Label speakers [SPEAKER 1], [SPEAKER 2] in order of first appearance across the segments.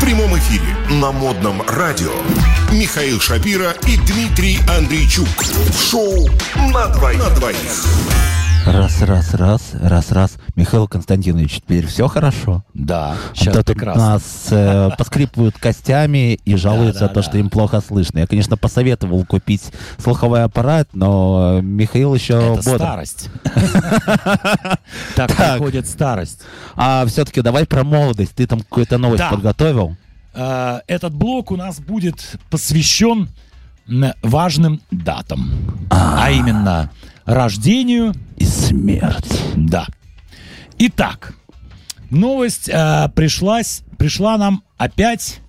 [SPEAKER 1] прямом эфире на модном радио Михаил Шапира и Дмитрий Андрейчук. В шоу на двоих. На двоих.
[SPEAKER 2] Раз, раз, раз, раз, раз. Михаил Константинович, теперь все хорошо?
[SPEAKER 3] Да,
[SPEAKER 2] А
[SPEAKER 3] сейчас
[SPEAKER 2] то тут
[SPEAKER 3] прекрасно.
[SPEAKER 2] Нас э, поскрипывают костями и жалуются
[SPEAKER 3] Да, да,
[SPEAKER 2] то, что им плохо слышно. Я, конечно, посоветовал купить слуховой аппарат, но э, Михаил еще
[SPEAKER 3] Это
[SPEAKER 2] бодр.
[SPEAKER 3] старость.
[SPEAKER 2] Так.
[SPEAKER 3] Так приходит старость.
[SPEAKER 2] А все-таки давай про молодость. Ты там какую-то новость
[SPEAKER 3] Да.
[SPEAKER 2] подготовил?
[SPEAKER 3] Э, Этот блок у нас будет посвящен м, важным датам. А именно рождению,
[SPEAKER 2] И смерть.
[SPEAKER 3] да. Итак, новость э, пришлась, пришла нам опять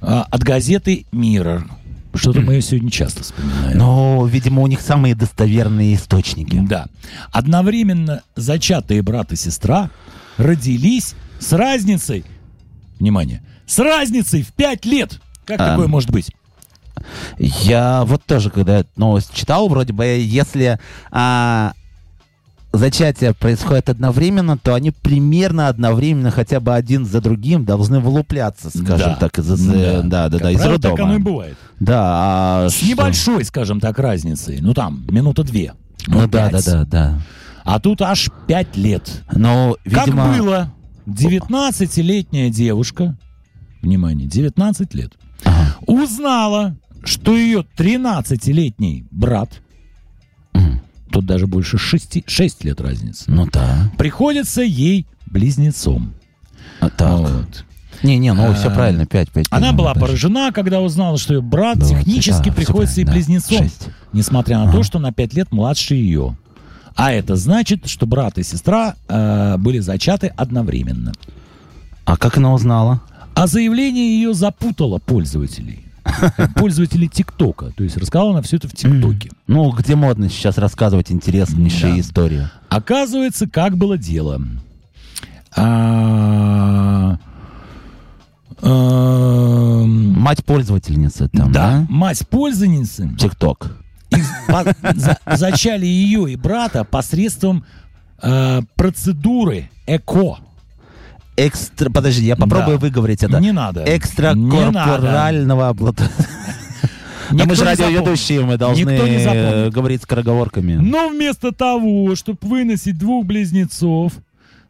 [SPEAKER 3] э, от газеты «Миррор». Что-то мы ее сегодня часто вспоминаем.
[SPEAKER 2] Ну, видимо, у них самые достоверные источники.
[SPEAKER 3] Да. Одновременно зачатые брат и сестра родились с разницей, внимание, с разницей в 5 лет. Как
[SPEAKER 2] А.
[SPEAKER 3] такое может быть?
[SPEAKER 2] Я вот тоже, когда эту новость читал, вроде бы, если а, зачатие происходит одновременно, то они примерно одновременно, хотя бы один за другим, должны вылупляться, скажем
[SPEAKER 3] Да.
[SPEAKER 2] так, из, из- э, да, да, да,
[SPEAKER 3] Как
[SPEAKER 2] из
[SPEAKER 3] правило, Так оно и
[SPEAKER 2] роддома.
[SPEAKER 3] бывает.
[SPEAKER 2] Да, а
[SPEAKER 3] С
[SPEAKER 2] что?
[SPEAKER 3] небольшой, скажем так, разницей. Ну там, минута две.
[SPEAKER 2] Ну
[SPEAKER 3] может,
[SPEAKER 2] да, да,
[SPEAKER 3] пять.
[SPEAKER 2] да, да.
[SPEAKER 3] А тут аж 5 лет.
[SPEAKER 2] Но, видимо,
[SPEAKER 3] Как было, 19-летняя девушка, внимание, 19 лет,
[SPEAKER 2] Ага.
[SPEAKER 3] узнала, что ее 13-летний брат,
[SPEAKER 2] Мгм.
[SPEAKER 3] тут даже больше 6, 6 лет разницы,
[SPEAKER 2] ну да,
[SPEAKER 3] приходится ей близнецом.
[SPEAKER 2] а так.
[SPEAKER 3] Вот.
[SPEAKER 2] Не, не, ну все
[SPEAKER 3] Ну, А,
[SPEAKER 2] правильно, 5, 5.
[SPEAKER 3] Она была поражена, когда узнала, что ее брат
[SPEAKER 2] Ну,
[SPEAKER 3] технически приходится ей близнецом, несмотря на
[SPEAKER 2] Ага.
[SPEAKER 3] то, что на 5 лет младше ее. А это значит, что брат и сестра э, были зачаты одновременно.
[SPEAKER 2] А как она узнала?
[SPEAKER 3] А заявление ее запутало пользователей. Пользователей ТикТока. То есть рассказала она все это в ТикТоке.
[SPEAKER 2] Ну, где модно сейчас рассказывать интереснейшие
[SPEAKER 3] Да.
[SPEAKER 2] истории.
[SPEAKER 3] Оказывается, как было дело. А, эм,
[SPEAKER 2] Мать пользовательницы там,
[SPEAKER 3] Да,
[SPEAKER 2] да?
[SPEAKER 3] мать пользовательницы
[SPEAKER 2] Тикток.
[SPEAKER 3] из- по- за- зачали ее и брата посредством э, процедуры ЭКО.
[SPEAKER 2] Экстра... Подожди, я попробую
[SPEAKER 3] Да.
[SPEAKER 2] выговорить это.
[SPEAKER 3] Не надо. Не надо.
[SPEAKER 2] Экстракорпорального облата- Да
[SPEAKER 3] Никто
[SPEAKER 2] мы же
[SPEAKER 3] не запомнил.
[SPEAKER 2] радиоведущие, мы должны
[SPEAKER 3] Никто не запомнит.
[SPEAKER 2] э, говорить скороговорками.
[SPEAKER 3] Но вместо того, чтобы выносить двух близнецов,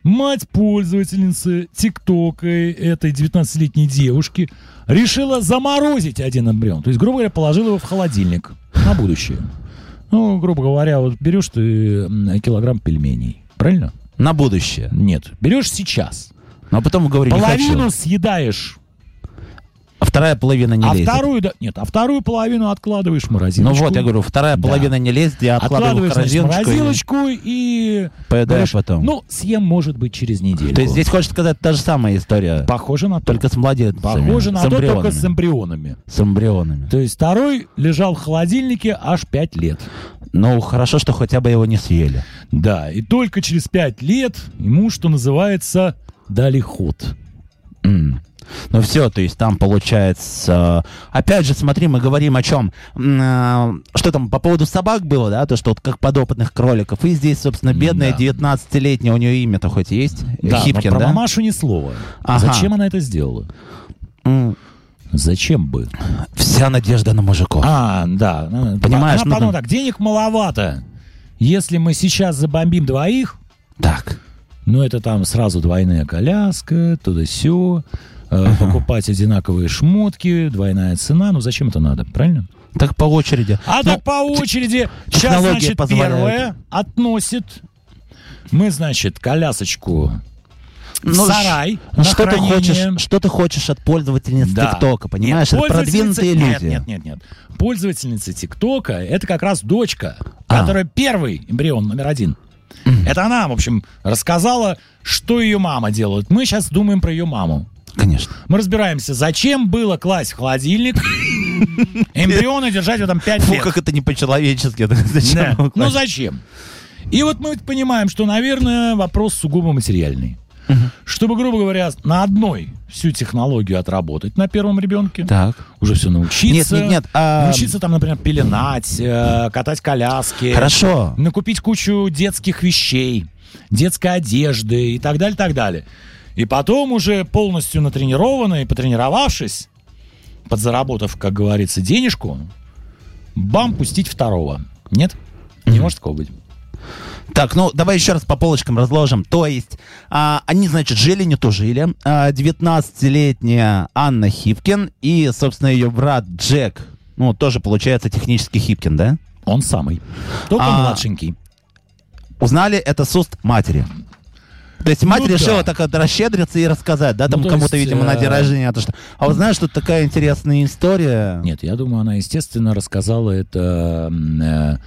[SPEAKER 3] мать пользовательницы ТикТока э, этой 19-летней девушки решила заморозить один эмбрион. То есть, грубо говоря, положила его в холодильник на будущее. Ну, грубо говоря, вот берешь ты м, килограмм пельменей. Правильно?
[SPEAKER 2] На будущее.
[SPEAKER 3] Нет. Берешь сейчас.
[SPEAKER 2] Но потом говорю, не
[SPEAKER 3] Половину
[SPEAKER 2] хочу.
[SPEAKER 3] съедаешь,
[SPEAKER 2] А вторая половина не
[SPEAKER 3] а
[SPEAKER 2] лезет.
[SPEAKER 3] вторую, да- нет, а вторую половину откладываешь в
[SPEAKER 2] Ну
[SPEAKER 3] морозилочку.
[SPEAKER 2] вот, я говорю, вторая
[SPEAKER 3] Да.
[SPEAKER 2] половина не лезет, я откладываю в
[SPEAKER 3] откладываешь значит, в
[SPEAKER 2] корзиночку и
[SPEAKER 3] морозилочку и
[SPEAKER 2] поедаю
[SPEAKER 3] Говоришь,
[SPEAKER 2] потом.
[SPEAKER 3] Ну, съем, может быть, через неделю.
[SPEAKER 2] То есть здесь хочешь сказать та же самая история,
[SPEAKER 3] похоже на то.
[SPEAKER 2] только с младенцами,
[SPEAKER 3] Похоже на
[SPEAKER 2] с
[SPEAKER 3] то,
[SPEAKER 2] эмбрионами.
[SPEAKER 3] только с эм- эмбрионами.
[SPEAKER 2] С эмбрионами.
[SPEAKER 3] То есть второй лежал в холодильнике аж 5 лет.
[SPEAKER 2] Ну, хорошо, что хотя бы его не съели.
[SPEAKER 3] Да, и только через 5 лет ему, что называется, дали ход.
[SPEAKER 2] М. Ну все, то есть там получается... э, Опять же, смотри, мы говорим о чем? Что там по поводу собак было, да? То, что вот как подопытных кроликов. И здесь, собственно, бедная
[SPEAKER 3] Да.
[SPEAKER 2] 19-летняя, у нее имя-то хоть есть? Э,
[SPEAKER 3] Да, но
[SPEAKER 2] Хипкин,
[SPEAKER 3] про
[SPEAKER 2] да?
[SPEAKER 3] мамашу ни слова.
[SPEAKER 2] Ага.
[SPEAKER 3] Зачем она это сделала?
[SPEAKER 2] М,
[SPEAKER 3] Зачем бы?
[SPEAKER 2] Вся надежда на мужиков.
[SPEAKER 3] А, да. ну,
[SPEAKER 2] Понимаешь,
[SPEAKER 3] Она
[SPEAKER 2] ну,
[SPEAKER 3] подумала
[SPEAKER 2] да.
[SPEAKER 3] так, денег маловато. Если мы сейчас забомбим двоих,
[SPEAKER 2] Так.
[SPEAKER 3] Ну, это там сразу двойная коляска, туда все покупать одинаковые шмотки, двойная цена. Ну, зачем это надо, правильно?
[SPEAKER 2] Так по очереди.
[SPEAKER 3] А
[SPEAKER 2] Ну,
[SPEAKER 3] так по очереди. Сейчас,
[SPEAKER 2] технологии
[SPEAKER 3] значит,
[SPEAKER 2] позволяют.
[SPEAKER 3] первое относит. Мы, значит, колясочку в
[SPEAKER 2] Ну,
[SPEAKER 3] сарай
[SPEAKER 2] Ну,
[SPEAKER 3] на
[SPEAKER 2] что ты
[SPEAKER 3] хранение.
[SPEAKER 2] хочешь? Что ты хочешь от пользовательниц
[SPEAKER 3] Да.
[SPEAKER 2] ТикТока? Понимаешь,
[SPEAKER 3] Нет,
[SPEAKER 2] это
[SPEAKER 3] пользовательница-
[SPEAKER 2] продвинутые
[SPEAKER 3] нет,
[SPEAKER 2] люди.
[SPEAKER 3] Нет, нет, нет. Пользовательница ТикТока это как раз дочка,
[SPEAKER 2] А.
[SPEAKER 3] которая первый эмбрион номер один. Это она, в общем, рассказала, что ее мама делает. Мы сейчас думаем про ее маму.
[SPEAKER 2] Конечно.
[SPEAKER 3] Мы разбираемся, зачем было класть в холодильник эмбриона и держать его там 5
[SPEAKER 2] Фу,
[SPEAKER 3] лет.
[SPEAKER 2] как это не по-человечески.
[SPEAKER 3] Да.
[SPEAKER 2] Зачем его
[SPEAKER 3] Ну
[SPEAKER 2] класть?
[SPEAKER 3] зачем? И вот мы понимаем, что, наверное, вопрос сугубо материальный. Чтобы, грубо говоря, на одной всю технологию отработать на первом ребенке,
[SPEAKER 2] Так.
[SPEAKER 3] уже все научиться.
[SPEAKER 2] Нет, нет, нет, а-
[SPEAKER 3] Научиться там, например, пеленать, э, катать коляски.
[SPEAKER 2] Хорошо.
[SPEAKER 3] Накупить кучу детских вещей, детской одежды и так далее, так далее. И потом уже полностью натренированный, потренировавшись, подзаработав, как говорится, денежку, бам, пустить второго. Нет? Не может такого быть.
[SPEAKER 2] Так, ну давай еще раз по полочкам разложим. То есть а, они, значит, жили, не то жили. А, 19-летняя Анна Хипкин и, собственно, ее брат Джек. Ну, тоже получается технически Хипкин, да?
[SPEAKER 3] Он самый. Только
[SPEAKER 2] А,
[SPEAKER 3] младшенький.
[SPEAKER 2] Узнали это с уст матери. То есть мать
[SPEAKER 3] Ну да.
[SPEAKER 2] решила так вот расщедриться и рассказать, да, там
[SPEAKER 3] Ну, то
[SPEAKER 2] кому-то,
[SPEAKER 3] есть,
[SPEAKER 2] видимо, на день
[SPEAKER 3] э,
[SPEAKER 2] рождения, а то что. А вот знаешь, тут такая интересная история.
[SPEAKER 3] Нет, я думаю, она, естественно, рассказала это м, э,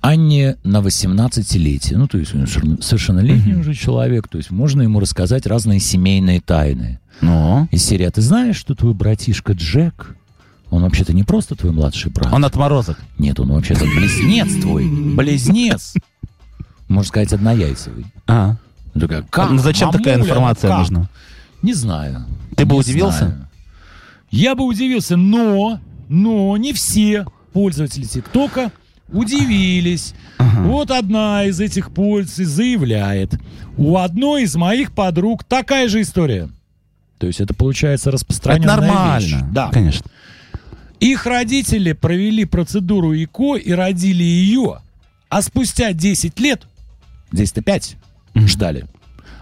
[SPEAKER 3] Анне на 18-летие. Ну, то есть он шер- совершеннолетний уже человек. То есть можно ему рассказать разные семейные тайны.
[SPEAKER 2] Ну,
[SPEAKER 3] Из серии «А ты знаешь, что твой братишка Джек, он вообще-то не просто твой младший брат.
[SPEAKER 2] он отморозок.
[SPEAKER 3] Нет, он вообще-то близнец твой. Близнец. Можно сказать, однояйцевый.
[SPEAKER 2] А.
[SPEAKER 3] Ну, такая, «Как?
[SPEAKER 2] Ну, зачем такая
[SPEAKER 3] Мамуля,
[SPEAKER 2] информация
[SPEAKER 3] как?»
[SPEAKER 2] нужна?
[SPEAKER 3] Не знаю.
[SPEAKER 2] Ты бы
[SPEAKER 3] Не
[SPEAKER 2] удивился?
[SPEAKER 3] знаю. Я бы удивился, но, но не все пользователи ТикТока удивились. Вот одна из этих пользователей заявляет, у одной из моих подруг такая же история. То есть это получается
[SPEAKER 2] Это
[SPEAKER 3] распространенная вещь.
[SPEAKER 2] нормально.
[SPEAKER 3] Да.
[SPEAKER 2] Конечно.
[SPEAKER 3] Их родители провели процедуру ИКО и родили ее. А спустя 10 лет, 10-то 5 ждали,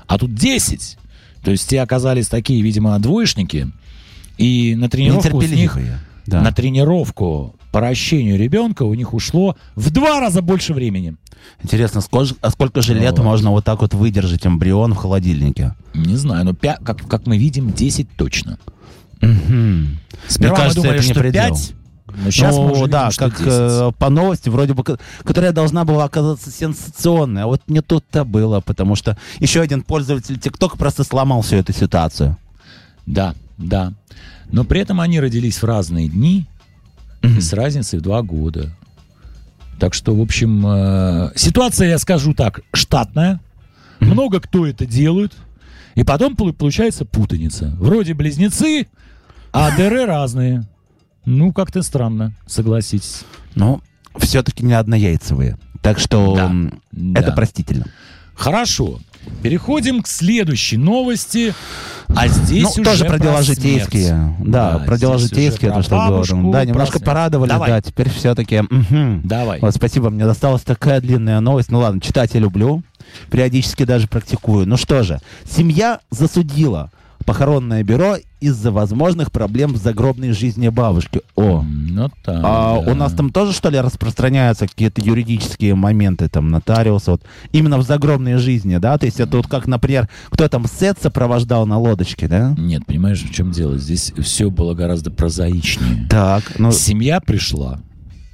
[SPEAKER 3] а тут 10. То есть те оказались такие, видимо, двоечники, и на тренировку с них,
[SPEAKER 2] Нетерпеливые. Да.
[SPEAKER 3] на тренировку по ращению ребенка у них ушло в два раза больше времени.
[SPEAKER 2] Интересно, сколько, а сколько же
[SPEAKER 3] Ну
[SPEAKER 2] лет
[SPEAKER 3] вот.
[SPEAKER 2] можно вот так вот выдержать эмбрион в холодильнике?
[SPEAKER 3] Не знаю, но пя- как, как мы видим, 10 точно. Сперва мы
[SPEAKER 2] кажется,
[SPEAKER 3] думали,
[SPEAKER 2] это не
[SPEAKER 3] что
[SPEAKER 2] предел.
[SPEAKER 3] 5, но сейчас
[SPEAKER 2] Ну,
[SPEAKER 3] мы уже
[SPEAKER 2] да,
[SPEAKER 3] видим, что
[SPEAKER 2] как
[SPEAKER 3] 10.
[SPEAKER 2] э, по новости, вроде бы, ко- которая должна была оказаться сенсационной, а вот не тут-то было, потому что еще один пользователь ТикТока просто сломал всю эту ситуацию.
[SPEAKER 3] Да, да. Но при этом они родились в разные дни и с разницей в два года. Так что, в общем, э, ситуация, я скажу так, штатная. Много кто это делает. И потом полу- получается путаница. Вроде близнецы, а дыры разные. Ну, как-то странно, согласитесь.
[SPEAKER 2] Ну, все-таки не однояйцевые. Так что
[SPEAKER 3] Да.
[SPEAKER 2] м,
[SPEAKER 3] Да.
[SPEAKER 2] это простительно.
[SPEAKER 3] Хорошо. Переходим к следующей новости. А
[SPEAKER 2] Ну,
[SPEAKER 3] здесь уже
[SPEAKER 2] тоже про дела
[SPEAKER 3] смерть.
[SPEAKER 2] житейские. Да,
[SPEAKER 3] Да,
[SPEAKER 2] про дела
[SPEAKER 3] здесь уже
[SPEAKER 2] житейские,
[SPEAKER 3] про
[SPEAKER 2] то, что
[SPEAKER 3] бабушку,
[SPEAKER 2] говорим. Да,
[SPEAKER 3] про
[SPEAKER 2] немножко
[SPEAKER 3] смерть.
[SPEAKER 2] порадовали,
[SPEAKER 3] Давай.
[SPEAKER 2] да, теперь все-таки...
[SPEAKER 3] Давай.
[SPEAKER 2] Вот, спасибо, мне досталась такая длинная новость. Ну ладно, читать я люблю, периодически даже практикую. Ну что же, семья засудила похоронное бюро из-за возможных проблем в загробной жизни бабушки. О,
[SPEAKER 3] Ну, так,
[SPEAKER 2] а
[SPEAKER 3] да.
[SPEAKER 2] у нас там тоже, что ли, распространяются какие-то юридические моменты, там, нотариус, вот, именно в загробной жизни, да? То есть это вот как, например, кто там сет сопровождал на лодочке, да?
[SPEAKER 3] Нет, понимаешь, в чем дело? Здесь все было гораздо прозаичнее.
[SPEAKER 2] Так, ну,
[SPEAKER 3] Семья пришла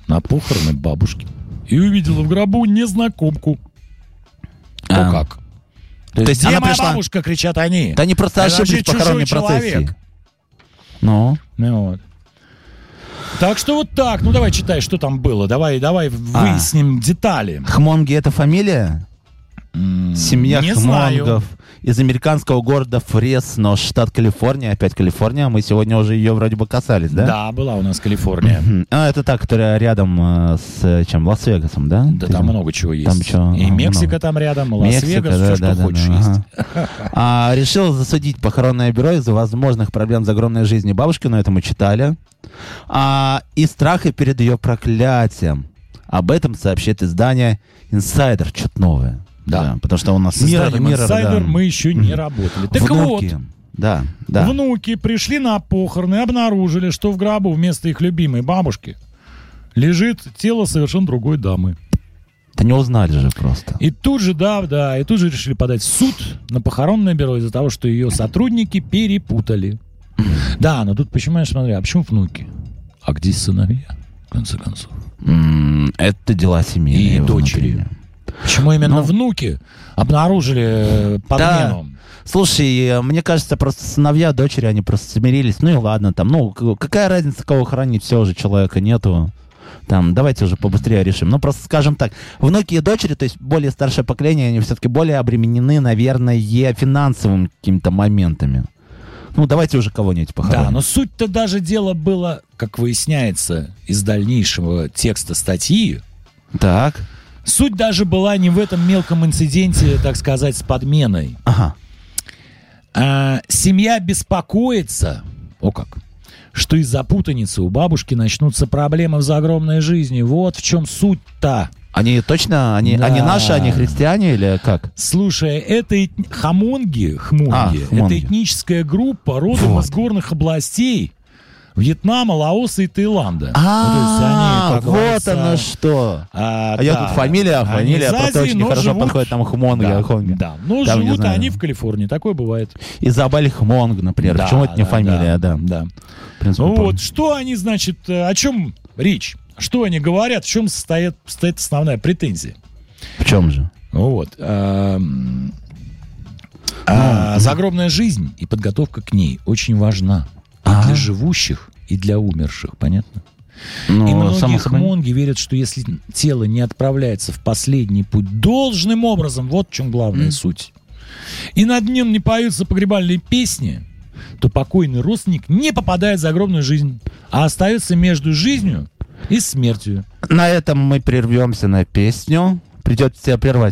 [SPEAKER 3] на похороны бабушки и увидела в гробу незнакомку. Ну
[SPEAKER 2] А.
[SPEAKER 3] как?
[SPEAKER 2] то есть
[SPEAKER 3] «Где
[SPEAKER 2] она
[SPEAKER 3] моя
[SPEAKER 2] пришла...
[SPEAKER 3] бабушка!» — кричат они.
[SPEAKER 2] Да они просто
[SPEAKER 3] Это
[SPEAKER 2] ошиблись в
[SPEAKER 3] вообще
[SPEAKER 2] похоронной
[SPEAKER 3] чужой
[SPEAKER 2] процессии.
[SPEAKER 3] человек.
[SPEAKER 2] Ну?
[SPEAKER 3] Ну вот. Так что вот так. Ну давай читай, что там было. Давай, давай
[SPEAKER 2] А.
[SPEAKER 3] выясним детали.
[SPEAKER 2] Хмонги — это фамилия?
[SPEAKER 3] М,
[SPEAKER 2] Семья
[SPEAKER 3] не
[SPEAKER 2] Хмонгов
[SPEAKER 3] знаю.
[SPEAKER 2] из американского города Фресно, штат Калифорния. Опять Калифорния. Мы сегодня уже ее вроде бы касались,
[SPEAKER 3] Да?
[SPEAKER 2] да?
[SPEAKER 3] была у нас Калифорния.
[SPEAKER 2] Мгм. А, это та, которая рядом э, с э, чем? Лас-Вегасом, да?
[SPEAKER 3] Да
[SPEAKER 2] Ты
[SPEAKER 3] там
[SPEAKER 2] там?
[SPEAKER 3] много чего есть.
[SPEAKER 2] Там чё,
[SPEAKER 3] и
[SPEAKER 2] а,
[SPEAKER 3] Мексика
[SPEAKER 2] много.
[SPEAKER 3] там рядом, и
[SPEAKER 2] Мексика,
[SPEAKER 3] Лас-Вегас,
[SPEAKER 2] да,
[SPEAKER 3] все,
[SPEAKER 2] да,
[SPEAKER 3] что
[SPEAKER 2] да,
[SPEAKER 3] хочешь
[SPEAKER 2] да,
[SPEAKER 3] есть.
[SPEAKER 2] ага. А, решил засудить похоронное бюро из-за возможных проблем загромной жизни бабушки, но это мы читали. А, и страха перед ее проклятием. Об этом сообщит издание «Инсайдер». Что-то новое.
[SPEAKER 3] Да.
[SPEAKER 2] Потому что у нас
[SPEAKER 3] С изданием
[SPEAKER 2] Mirror,
[SPEAKER 3] «Инсайдер»
[SPEAKER 2] да.
[SPEAKER 3] мы еще не работали. Так вот,
[SPEAKER 2] Внуки. Да, да.
[SPEAKER 3] внуки пришли на похороны и обнаружили, что в гробу вместо их любимой бабушки лежит тело совершенно другой дамы.
[SPEAKER 2] Да не узнали же просто.
[SPEAKER 3] И тут же, да, да, и тут же решили подать в суд на похоронное бюро из-за того, что ее сотрудники перепутали. Да, но тут, понимаешь, смотри, а почему внуки? А где сыновья, в конце концов?
[SPEAKER 2] М, Это дела семейные.
[SPEAKER 3] И дочери.
[SPEAKER 2] внутренние.
[SPEAKER 3] Почему именно
[SPEAKER 2] Ну.
[SPEAKER 3] внуки обнаружили э, подмену?
[SPEAKER 2] Слушай, э, мне кажется, просто сыновья, дочери, они просто смирились. Ну и ладно, там, ну, к- какая разница, кого хранить, все уже человека нету. Там, давайте уже побыстрее решим. Ну, просто скажем так, внуки и дочери, то есть более старшее поколение, они все-таки более обременены, наверное, финансовыми какими-то моментами. Ну, давайте уже кого-нибудь похороним.
[SPEAKER 3] Да, ну, но суть-то даже дело было, как выясняется из дальнейшего текста статьи,
[SPEAKER 2] Так,
[SPEAKER 3] суть даже была не в этом мелком инциденте, так сказать, с подменой.
[SPEAKER 2] ага.
[SPEAKER 3] а, семья беспокоится, о как, что из-за путаницы у бабушки начнутся проблемы в загромной жизни. Вот в чем суть-то.
[SPEAKER 2] Они точно, они,
[SPEAKER 3] Да.
[SPEAKER 2] они наши, они христиане или как?
[SPEAKER 3] Слушай, это эт- хамонги, хмунги,
[SPEAKER 2] А, хмунги.
[SPEAKER 3] это этническая группа родом
[SPEAKER 2] Вот.
[SPEAKER 3] из горных областей Вьетнама, Лаоса и Таиланда. Ну, то есть
[SPEAKER 2] А,
[SPEAKER 3] они, как
[SPEAKER 2] вот
[SPEAKER 3] говорится,
[SPEAKER 2] оно что.
[SPEAKER 3] А,
[SPEAKER 2] А я
[SPEAKER 3] да.
[SPEAKER 2] тут фамилия,
[SPEAKER 3] Они
[SPEAKER 2] фамилия,
[SPEAKER 3] из
[SPEAKER 2] просто
[SPEAKER 3] Азии,
[SPEAKER 2] очень
[SPEAKER 3] но
[SPEAKER 2] хорошо
[SPEAKER 3] живут-
[SPEAKER 2] подходит там Хмонг.
[SPEAKER 3] Да,
[SPEAKER 2] я Хмонг.
[SPEAKER 3] да. Ну,
[SPEAKER 2] Там, не
[SPEAKER 3] живут
[SPEAKER 2] знаю.
[SPEAKER 3] они в Калифорнии, такое бывает.
[SPEAKER 2] Изабель Хмонг, например.
[SPEAKER 3] Да,
[SPEAKER 2] Почему это не
[SPEAKER 3] да,
[SPEAKER 2] фамилия, да.
[SPEAKER 3] Да.
[SPEAKER 2] В принципе,
[SPEAKER 3] Ну
[SPEAKER 2] помню.
[SPEAKER 3] вот, что они, значит, э, о чем речь? Что они говорят, в чем состоит, состоит основная претензия?
[SPEAKER 2] В чем же?
[SPEAKER 3] Ну Вот. эм, а,
[SPEAKER 2] ну.
[SPEAKER 3] Загробная жизнь и подготовка к ней очень важна и
[SPEAKER 2] А.
[SPEAKER 3] для живущих, и для умерших, понятно?
[SPEAKER 2] Ну,
[SPEAKER 3] и многие
[SPEAKER 2] само собой.
[SPEAKER 3] хмонги верят, что если тело не отправляется в последний путь должным образом, вот в чем главная суть, и над ним не поются погребальные песни, то покойный родственник не попадает в загробную жизнь, а остается между жизнью и смертью.
[SPEAKER 2] На этом мы прервемся на песню. Придется тебя прервать.